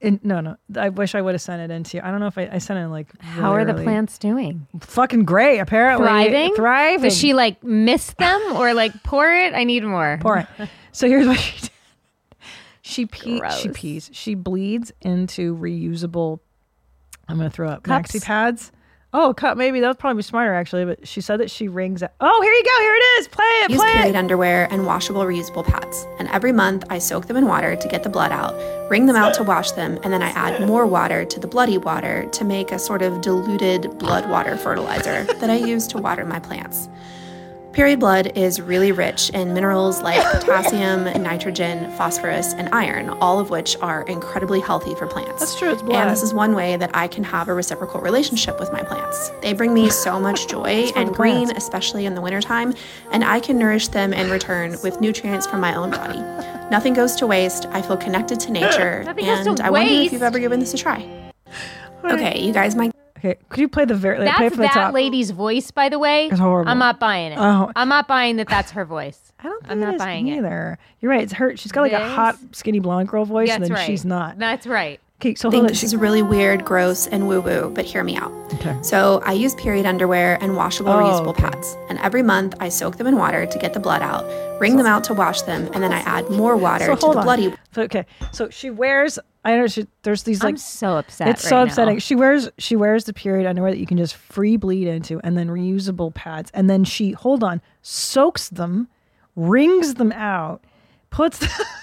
And, no, no. I wish I would have sent it in to you. I don't know if I, I sent it in like. How are the really early. plants doing? Fucking great, apparently. Thriving. Thriving. Does she like miss them or like pour it? I need more. Pour it. So here's what she did. She pee- she Gross. pees. She bleeds into reusable. I'm gonna throw up Cups. maxi pads. Oh, a cup. Maybe that would probably be smarter actually. But she said that she rings. Out. Oh, here you go. Here it is. Play it. Use play period it. underwear and washable reusable pads. And every month I soak them in water to get the blood out, wring them out to wash them, and then I add more water to the bloody water to make a sort of diluted blood water fertilizer that I use to water my plants. Period blood is really rich in minerals like potassium, nitrogen, phosphorus, and iron, all of which are incredibly healthy for plants. That's true, it's And blood. this is one way that I can have a reciprocal relationship with my plants. They bring me so much joy It's for the and green, plants. especially in the wintertime, and I can nourish them in return with nutrients from my own body. Nothing goes to waste. I feel connected to nature, Nothing goes to and I wonder if waste. you've ever given this a try. Okay, you guys might Okay, could you play the very? like, play That's from the that top. lady's voice, by the way. It's horrible. I'm not buying it. Oh. I'm not buying that. That's her voice. I don't. Think I'm it not is buying it. either. You're right. It's her. She's got like a This? hot, skinny blonde girl voice, and That's then right. she's not. That's right. Okay, so hold think on. this She, is really weird, gross, and woo woo, but hear me out. Okay. So I use period underwear and washable Oh, reusable okay. pads. And every month I soak them in water to get the blood out, wring them out to wash them, and then I add more water so to hold the on. bloody So, okay, so she wears. I don't know. She, there's these like I'm so upset. It's so right now. upsetting. She wears she wears the period underwear that you can just free bleed into, and then reusable pads, and then she hold on soaks them, wrings them out, puts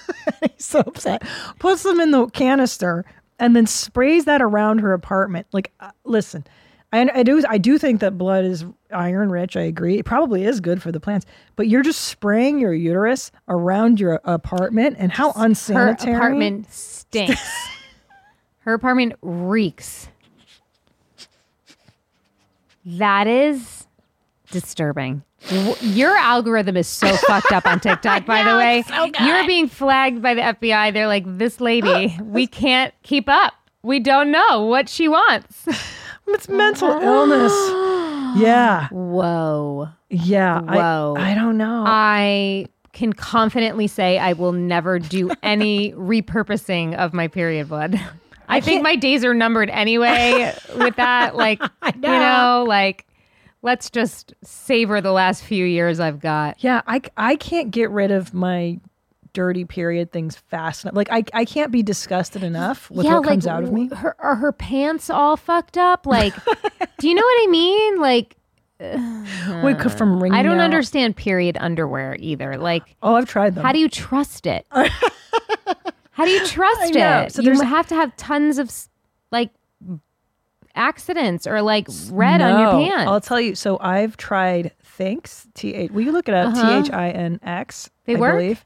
he's so upset, puts them in the canister, and then sprays that around her apartment. Like, uh, listen, I, I do I do think that blood is iron rich. I agree. It probably is good for the plants, but you're just spraying your uterus around your apartment, and how Her unsanitary. apartment stinks. Her apartment reeks. That is disturbing. W- Your algorithm is so fucked up on TikTok, by the way. You're being flagged by the FBI. They're like, this lady, we can't keep up. We don't know what she wants. It's mental illness. Yeah. Whoa. Yeah. I- Whoa. Uh, I, don't know. Oh. I can confidently say I will never do any repurposing of my period blood. I, think my days are numbered anyway with that. Like, you know, like, let's just savor the last few years I've got. yeah. I, I can't get rid of my dirty period things fast enough. Like, I, I can't be disgusted enough with what comes out of me. w- Her, are her pants all fucked up? Like, do you know what I mean? Like, Wait, c- from ringing Mm. I don't out. understand period underwear either. Like, Oh, I've tried them. How do you trust it? how do you trust I know. it? So you there's- have to have tons of s- like accidents or like red on your No. pants. I'll tell you. So I've tried Thinx. T H. Will you look it up? Uh-huh. T H I N X. They I work? Believe.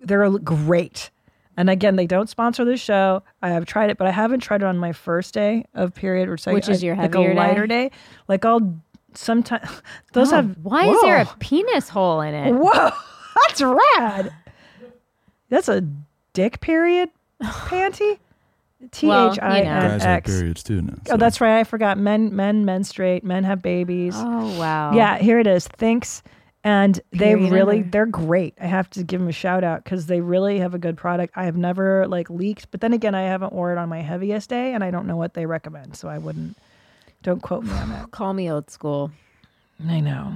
They're l- great. And again, they don't sponsor the show. I have tried it, but I haven't tried it on my first day of period, which, Which I, is your like heavier a day? lighter day. Like I'll sometimes those Oh, have. Why is there a Whoa. penis hole in it? Whoa, that's rad. That's a dick period panty. T Well, H you I know. N Guys have X. periods too now. Oh, that's right. I forgot. Men, men menstruate. Men have babies. Oh, wow. Yeah, here it is. Thanks. And they Period really, under. they're great. I have to give them a shout out because they really have a good product. I have never like leaked, but then again, I haven't worn it on my heaviest day, and I don't know what they recommend, so I wouldn't. Don't quote me on that. Call me old school. I know.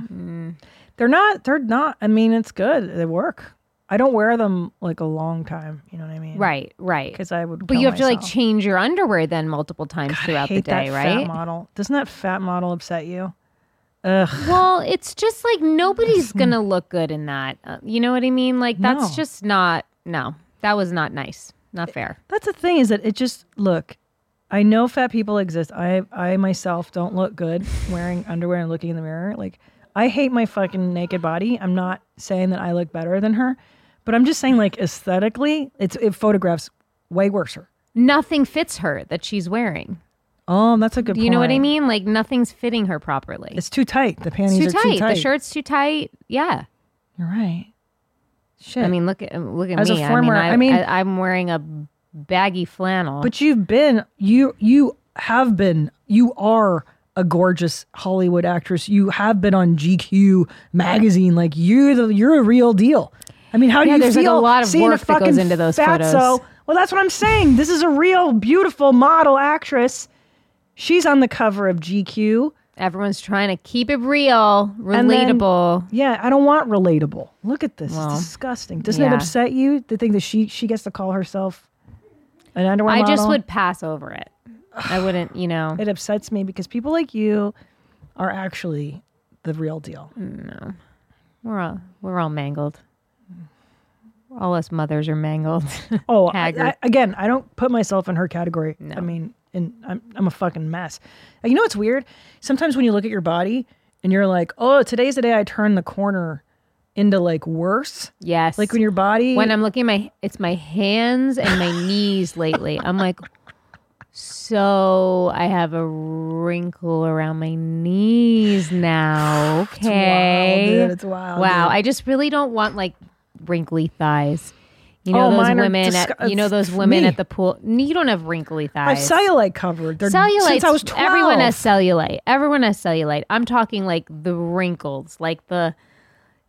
They're not. They're not. I mean, it's good. They work. I don't wear them like a long time. You know what I mean? Right, right. Because I would. But you kill have to like myself. change your underwear then multiple times throughout hate the day, that right? Fat model. Doesn't that fat model upset you? Ugh. Well, it's just like nobody's gonna look good in that. Uh, you know what I mean? Like that's No. just not. No, that was not nice. Not fair. That's the thing is that it just look. I know fat people exist. I I myself don't look good wearing underwear and looking in the mirror. Like I hate my fucking naked body. I'm not saying that I look better than her, but I'm just saying like aesthetically, it's it photographs way worse. Nothing fits her that she's wearing. Oh, that's a good. Do you know what I point. mean? Like nothing's fitting her properly. It's too tight. The panties too are tight. too tight. The shirt's too tight. Yeah. You're right. Shit. I mean, look at look at As a me. former- I I mean, mean- I, I, am wearing a baggy flannel. But you've been you you have been you are a gorgeous Hollywood actress. You have been on GQ magazine. Like you're the you're a real deal. I mean, how Yeah, do you there's, like, a feel lot of seeing work a that goes fucking into those fatso? photos. Well, that's what I'm saying. This is a real beautiful model actress. She's on the cover of GQ. Everyone's trying to keep it real, relatable. yeah, I don't want relatable. Look at this. Well, it's disgusting. Doesn't it yeah. upset you to think that she she gets to call herself an underwear I just model? would pass over it. I wouldn't, you know. It upsets me because people like you are actually the real deal. Mm. No. We're all we're all mangled. All us mothers are mangled. Oh, I- Haggard. I- again, I don't put myself in her category. I mean, and I'm I'm a fucking mess. And You know what's weird? Sometimes when you look at your body and you're like, "Oh, today's the day I turn the corner into like worse." yes. Like when your body when I'm looking at my it's my hands and my knees lately. I'm like so I have a wrinkle around my knees now. wild, Okay. dude. It's wild, Wow. dude. I just really don't want like wrinkly thighs. You know Oh, those mine are women disgu- at you know those women me. at the pool. You don't have wrinkly I've thighs. cellulite covered. They're, cellulite. since I was 12. Everyone has cellulite. Everyone has cellulite. I'm talking like the wrinkles, like the,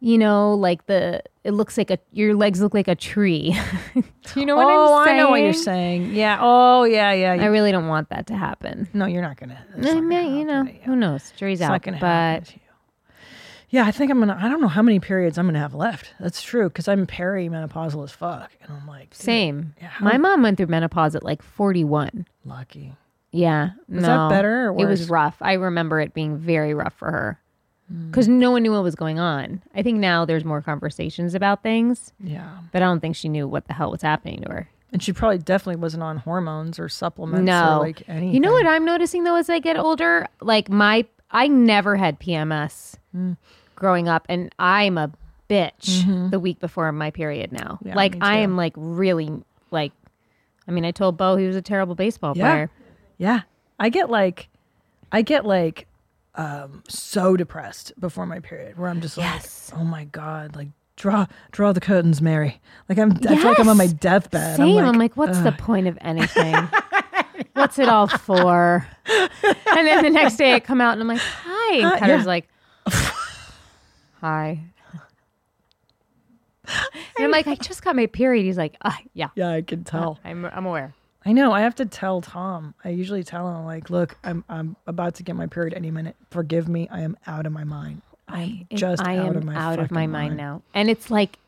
you know, like the. It looks like a your legs look like a tree. Do you know what oh, I'm saying? I know what you're saying. Yeah. Oh, yeah, yeah. I really don't want that to happen. No, you're not gonna. I mean, you know, who knows? Jury's It's not out. gonna happen But Yeah, I think I'm gonna. I don't know how many periods I'm gonna have left. That's true because I'm perimenopausal as fuck, and I'm like dude, same. how- My mom went through menopause at like 41. lucky. Yeah. Was that no. better or It was worse? rough. I remember it being very rough for her Hmm. because no one knew what was going on. I think now there's more conversations about things, Yeah, but I don't think she knew what the hell was happening to her. and she probably definitely wasn't on hormones or supplements or no. like anything. you know what I'm noticing though as I get older? Like my, I never had PMS Mm. growing up and I'm a bitch the week before my period now. Mm-hmm. Yeah, like me I too. am like really like, I mean, I told Bo he was a terrible baseball Yeah. player. Yeah, I get like, I get like, um, so depressed before my period where I'm just like, oh my god, like draw draw the curtains, Mary. Like I'm, I feel like I'm on my Yes. deathbed. Same. I'm like, what's "Ugh." the point of anything? what's it all for? And then the next day I come out and I'm like, hi. And Hi, Uh, yeah. Cutter's like, hi. And I'm like, I just got my period. He's like, ah, yeah. Yeah, I can tell. I'm, I'm aware. I know. I have to tell Tom. I usually tell him like, "Look, I'm I'm about to get my period any minute. Forgive me. I am out of my mind. I'm just I out am of my out of fucking my mind now. And it's like,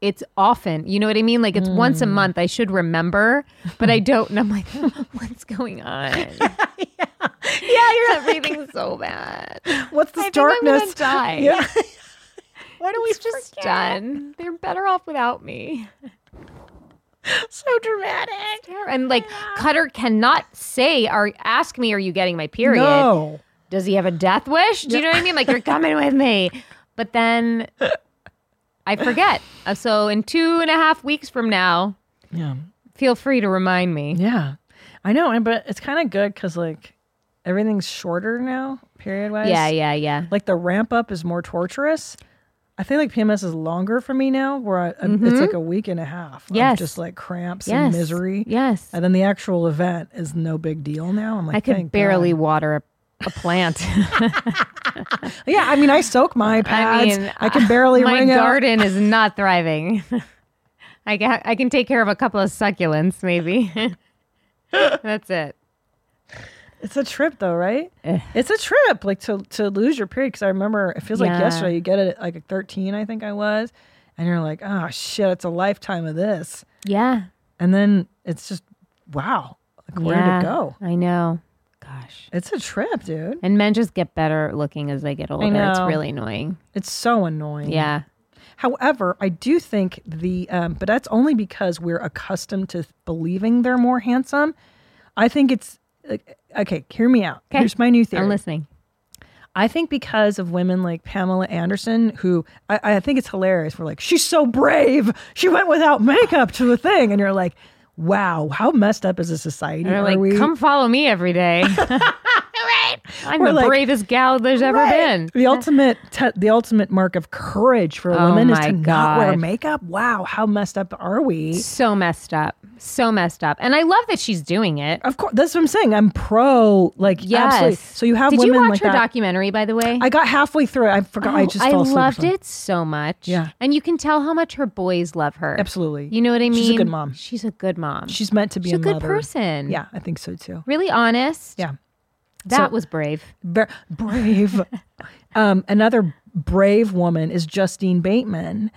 it's often, you know what I mean? Like it's once a Mm. month. I should remember, but I don't. And I'm like, what's going on? Yeah, you're Everything's so bad. What's this I think I'm gonna darkness? die. Yeah. Why don't we just done? They're better off without me. so dramatic. And like Cutter cannot say or ask me, "Are you getting my period?" No. Does he have a death wish? Do you know what I mean? Like you're coming with me, but then I forget. Uh, So in two and a half weeks from now, Yeah. feel free to remind me. Yeah. I know, and but it's kind of good because like everything's shorter now, period wise. Yeah, yeah, yeah. Like the ramp up is more torturous. I feel like PMS is longer for me now, where I, I'm- it's Mhm. like a week and a half. of Yes. just like cramps Yes. and misery. Yes. And then the actual event is no big deal now. I'm like, I could thank barely God. water a, a plant. Yeah, I mean, I soak my pads. I, mean, uh, can barely my wring garden is not thriving. I ca- I can take care of a couple of succulents, maybe. That's it. It's a trip though, right? Eh. it's a trip, like to to lose your period. Because I remember it feels like Yeah. yesterday. You get it at like 13, I think I was, and you're like, oh shit, it's a lifetime of this. Yeah. And then it's just wow, like where Yeah, did it go? I know. Gosh, it's a trip, dude. And men just get better looking as they get older. It's know. really annoying. It's so annoying. Yeah. However, I do think the, um, but that's only because we're accustomed to believing they're more handsome. I think it's, like, okay, hear me out. Here's my new theory. I'm listening. I think because of women like Pamela Anderson, who I, I think it's hilarious. We're like, she's so brave. She went without makeup to the thing. And you're like, wow, how messed up as a society They're are like, we? come follow me every day. I'm We're the like- bravest gal there's ever Right. been. The ultimate, te- the ultimate mark of courage for a Oh woman is my to not wear God. makeup. Wow, how messed up are we? So messed up. So messed up. And I love that she's doing it. Of course, that's what I'm saying. I'm pro, like Yes. absolutely. So you have Did women you watch like her that. documentary, by the way? I got halfway through it. I forgot. I Oh, just fell asleep or loved something. it so much. Yeah. And you can tell how much her boys love her. Absolutely. You know what I mean? She's a good mom. She's a good mom. She's meant to be She's a good mother. person. Yeah, I think so too. Really honest. Yeah. That So- was brave. Bra- brave. um, another brave woman is Justine Bateman,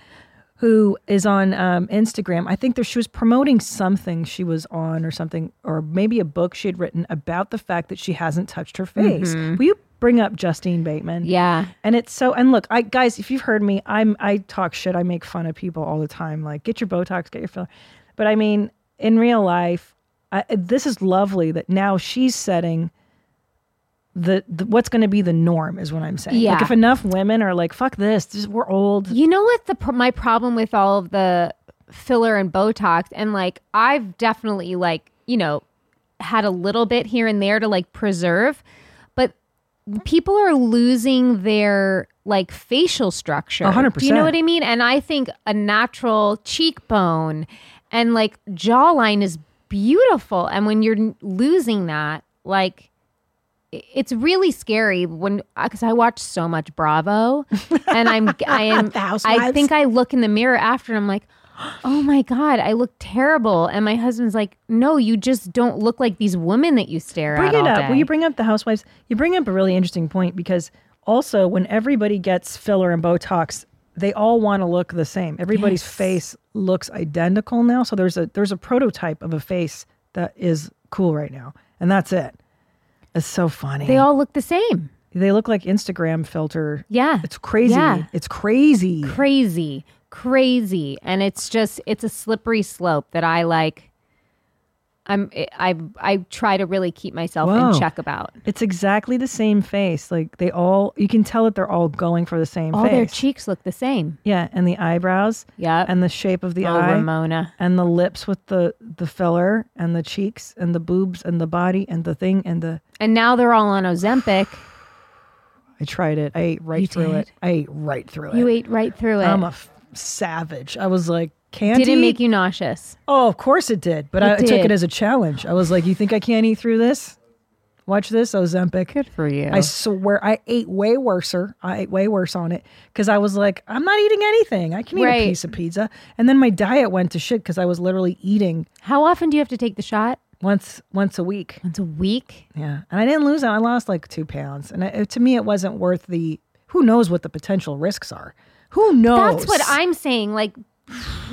who is on um, Instagram. I think there, she was promoting something she was on or something, or maybe a book she had written about the fact that she hasn't touched her face. Mhm. Will you bring up Justine Bateman? Yeah. And it's so and look, I guys, if you've heard me, I'm I talk shit, I make fun of people all the time. Like, get your Botox, get your filler. But I mean, in real life, I, this is lovely that now she's setting the, the what's going to be the norm is what I'm saying. Yeah. Like if enough women are like, fuck this, this we're old. You know what the pro- my problem with all of the filler and Botox and like I've definitely like you know had a little bit here and there to like preserve, but people are losing their like facial structure. A hundred Do you know percent. what I mean? And I think a natural cheekbone and like jawline is beautiful, and when you're n- losing that, like it's really scary when because I watch so much Bravo, and I'm I am I housewives. think I look in the mirror after and I'm like, oh my god, I look terrible, and my husband's like, no, you just don't look like these women that you stare Bring at. it all up. day." Will you bring up the housewives? You bring up a really interesting point because also when everybody gets filler and Botox, they all want to look the same. Everybody's Yes. face looks identical now. So there's a there's a prototype of a face that is cool right now, and that's it. It's so funny. they all look the same. they look like Instagram filter. Yeah, it's crazy. Yeah. It's crazy. crazy, crazy, and it's just it's a slippery slope that I like. I'm I I try to really keep myself Whoa. in check about. It's exactly the same face. Like they all, you can tell that they're all going for the same All face. their cheeks look the same. Yeah, and the eyebrows. Yeah. And the shape of the Oh, eye. Ramona. And the lips with the the filler and the cheeks and the boobs and the body and the thing and the And now they're all on Ozempic. I tried it. I ate right You through did? it. I ate right through You it. ate right through it. I'm a f- savage. I was like, can't Did it make you nauseous? Oh, of course it did. But It I, I took did. it as a challenge. I was like, you think I can't eat through this? Watch this, Ozempic. Good for you. I swear, I ate way worser. I ate way worse on it because I was like, I'm not eating anything. I can eat Right. a piece of pizza. And then my diet went to shit because I was literally eating How often do you have to take the shot? once once a week. Once a week? Yeah. And I didn't lose it. I lost like two pounds. And I, to me, it wasn't worth the. Who knows what the potential risks are? Who knows? That's what I'm saying. Like,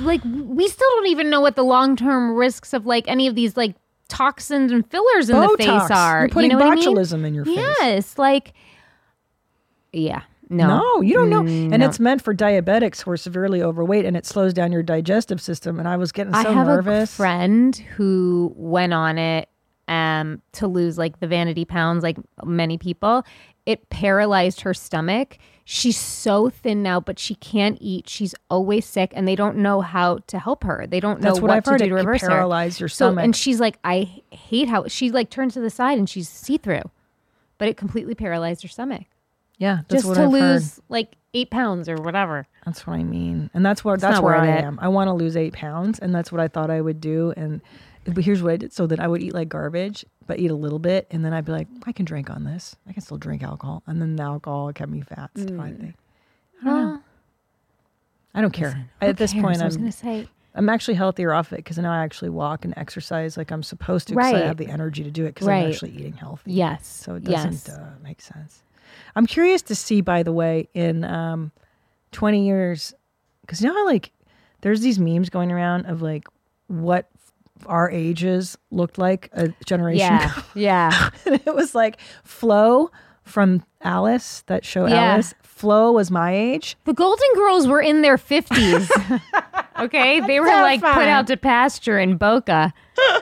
like we still don't even know what the long term risks of like any of these like toxins and fillers in the Botox. face are. You're putting you know what I mean? botulism in your face. Yes, like, yeah, No. you don't know. And Mm, no. it's meant for diabetics who are severely overweight and it slows down your digestive system. And I was getting so I have nervous. a friend who went on it um, to lose like the vanity pounds, like many people. It paralyzed her stomach. She's so thin now, but she can't eat. She's always sick, and they don't know how to help her. They don't know That's what I've to heard. do It to can reverse paralyze her. your So- stomach. and she's like, I hate how she like turns to the side and she's see through, but it completely paralyzed her stomach. yeah, that's just what to I've heard. lose like eight pounds or whatever. That's what I mean, and that's where It's that's not where worth I it. am. I want to lose eight pounds, and that's what I thought I would do. And but here's what I did: so that I would eat like garbage, but eat a little bit, and then I'd be like, I can drink on this. I can still drink alcohol, and then the alcohol kept me fat. So I Mm. think I don't know. I don't care. Listen, who At this cares? point, I I'm was gonna say- I'm actually healthier off it because now I actually walk and exercise like I'm supposed to. 'cause I Right. have the energy to do it because Right. I'm actually eating healthy. Yes. So it doesn't Yes. uh, make sense. I'm curious to see, by the way, in um, 20 years, because you know how like there's these memes going around of like what our ages looked like a generation Yeah, ago. yeah. and it was like Flo from Alice, that show Yeah. Alice. Flo was my age. The Golden Girls were in their 50s. Okay, they were like put terrifying. out to pasture in Boca.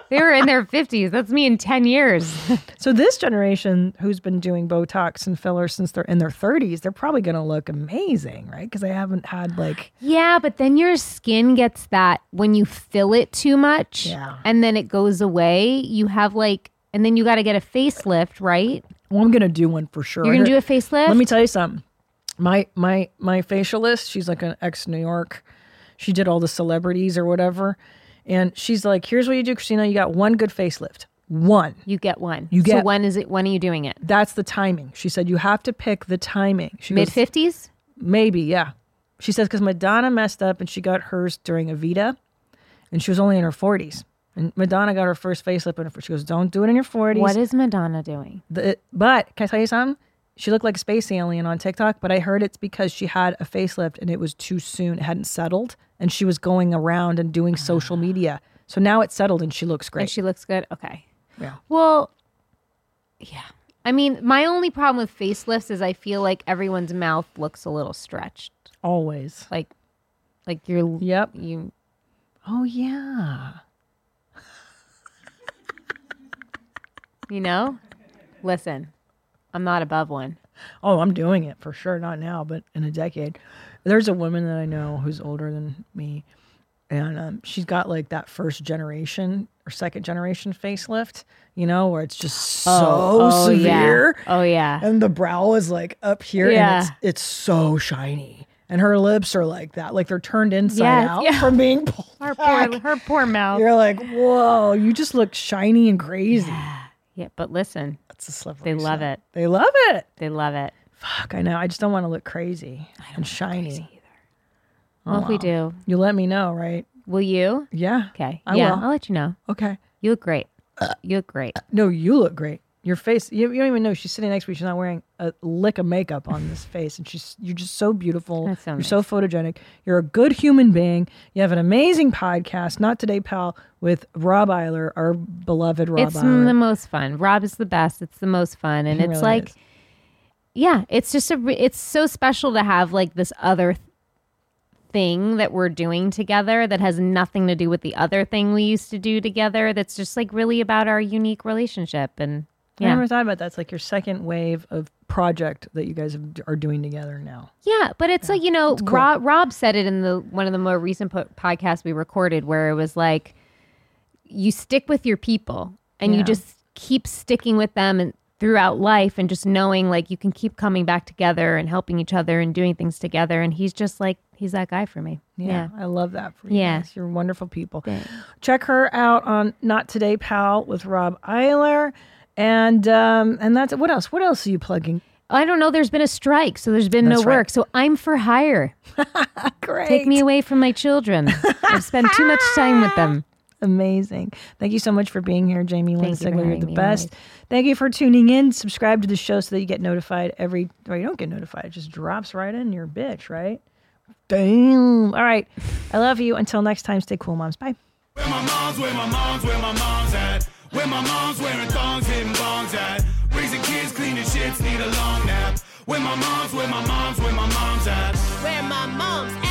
They were in their 50s. That's me in 10 years. So this generation who's been doing Botox and filler since they're in their 30s, they're probably going to look amazing, right? Because they haven't had like Yeah, but then your skin gets that when you fill it too much Yeah. and then it goes away. You have like, and then you got to get a facelift, right? Well, I'm gonna do one for sure. You're gonna do Here- a facelift. Let me tell you something. My my my facialist, she's like an ex New York. She did all the celebrities or whatever, and she's like, "Here's what you do, Christina. You got one good facelift. One. You get one. You So get. when is it? When are you doing it? That's the timing. She said you have to pick the timing. She goes, Mid 50s. Maybe, yeah. She says because Madonna messed up and she got hers during Evita, and she was only in her 40s. And Madonna got her first facelift, and she goes, "Don't do it in your 40s." What is Madonna doing? The, but can I tell you something? She looked like a space alien on TikTok, but I heard it's because she had a facelift and it was too soon. It hadn't settled, and she was going around and doing social media. So now it's settled, Ah. and she looks great. And she looks good. Okay. Yeah. Well, yeah. I mean, my only problem with facelifts is I feel like everyone's mouth looks a little stretched. Always. Like, like you're. Yep. You. Oh yeah. You know. Listen, I'm not above one. Oh, I'm doing it for sure. Not now, but in a decade. There's a woman that I know who's older than me, and um, she's got like that first generation or second generation facelift, you know, where it's just so Oh, oh, yeah. severe. Oh yeah. And the brow is like up here, Yeah. and it's it's so shiny, and her lips are like that, like they're turned inside Yes, out yeah. from being pulled. Her poor, her poor mouth. You're like, whoa, you just look shiny and crazy. Yeah, but listen, that's a slippery. They love slope. it. They love it. They love it. Fuck, I know. I just don't want to look crazy and shiny. Oh, Well, if we wow. do, you let me know, right? Will you? Yeah. Okay. I yeah, will. I'll let you know. Okay. You look great. You look great. No, you look great. Your face, you, you don't even know. She's sitting next to me. She's not wearing a lick of makeup on this face. And she's, you're just so beautiful. That's so you're nice. so photogenic. You're a good human being. You have an amazing podcast, Not Today Pal, with Rob Eiler, our beloved Rob it's Eiler. the most fun. Rob is the best. It's the most fun, and He it's really like, is. yeah, it's just a. re- It's so special to have like this other th- thing that we're doing together that has nothing to do with the other thing we used to do together. That's just like really about our unique relationship, and I yeah, never thought about that. It's like your second wave of project that you guys have, are doing together now. Yeah, but it's like you know, Rob, Rob said it in the one of the more recent po- podcasts we recorded, where it was like, you stick with your people, and you Yeah. just keep sticking with them, and throughout life, and just knowing like you can keep coming back together and helping each other and doing things together. And he's just like he's that guy for me. Yeah, Yeah, I love that for you. Yeah. guys. you're wonderful people. Check her out on Not Today Pal with Rob Eiler, and um, and that's what else? What else are you plugging? I don't know. There's been a strike, so there's been That's no right. work. So I'm for hire. Great. Take me away from my children. I've spent too much time with them. Amazing. Thank you so much for being here, Jamie Lynn Thank you for Sigler. You're having the me, best. Thank you for tuning in. Subscribe to the show so that you get notified every, or you don't get notified. It just drops right in your bitch, right? Damn. All right. I love you. Until next time, stay cool, moms. Bye. Where my mom's, where my mom's, where my mom's at. Where my mom's wearing thongs, hitting bongs at. Raising kids, cleaning shits, need a long nap. Where my mom's, where my mom's, where my mom's at. Where my mom's at.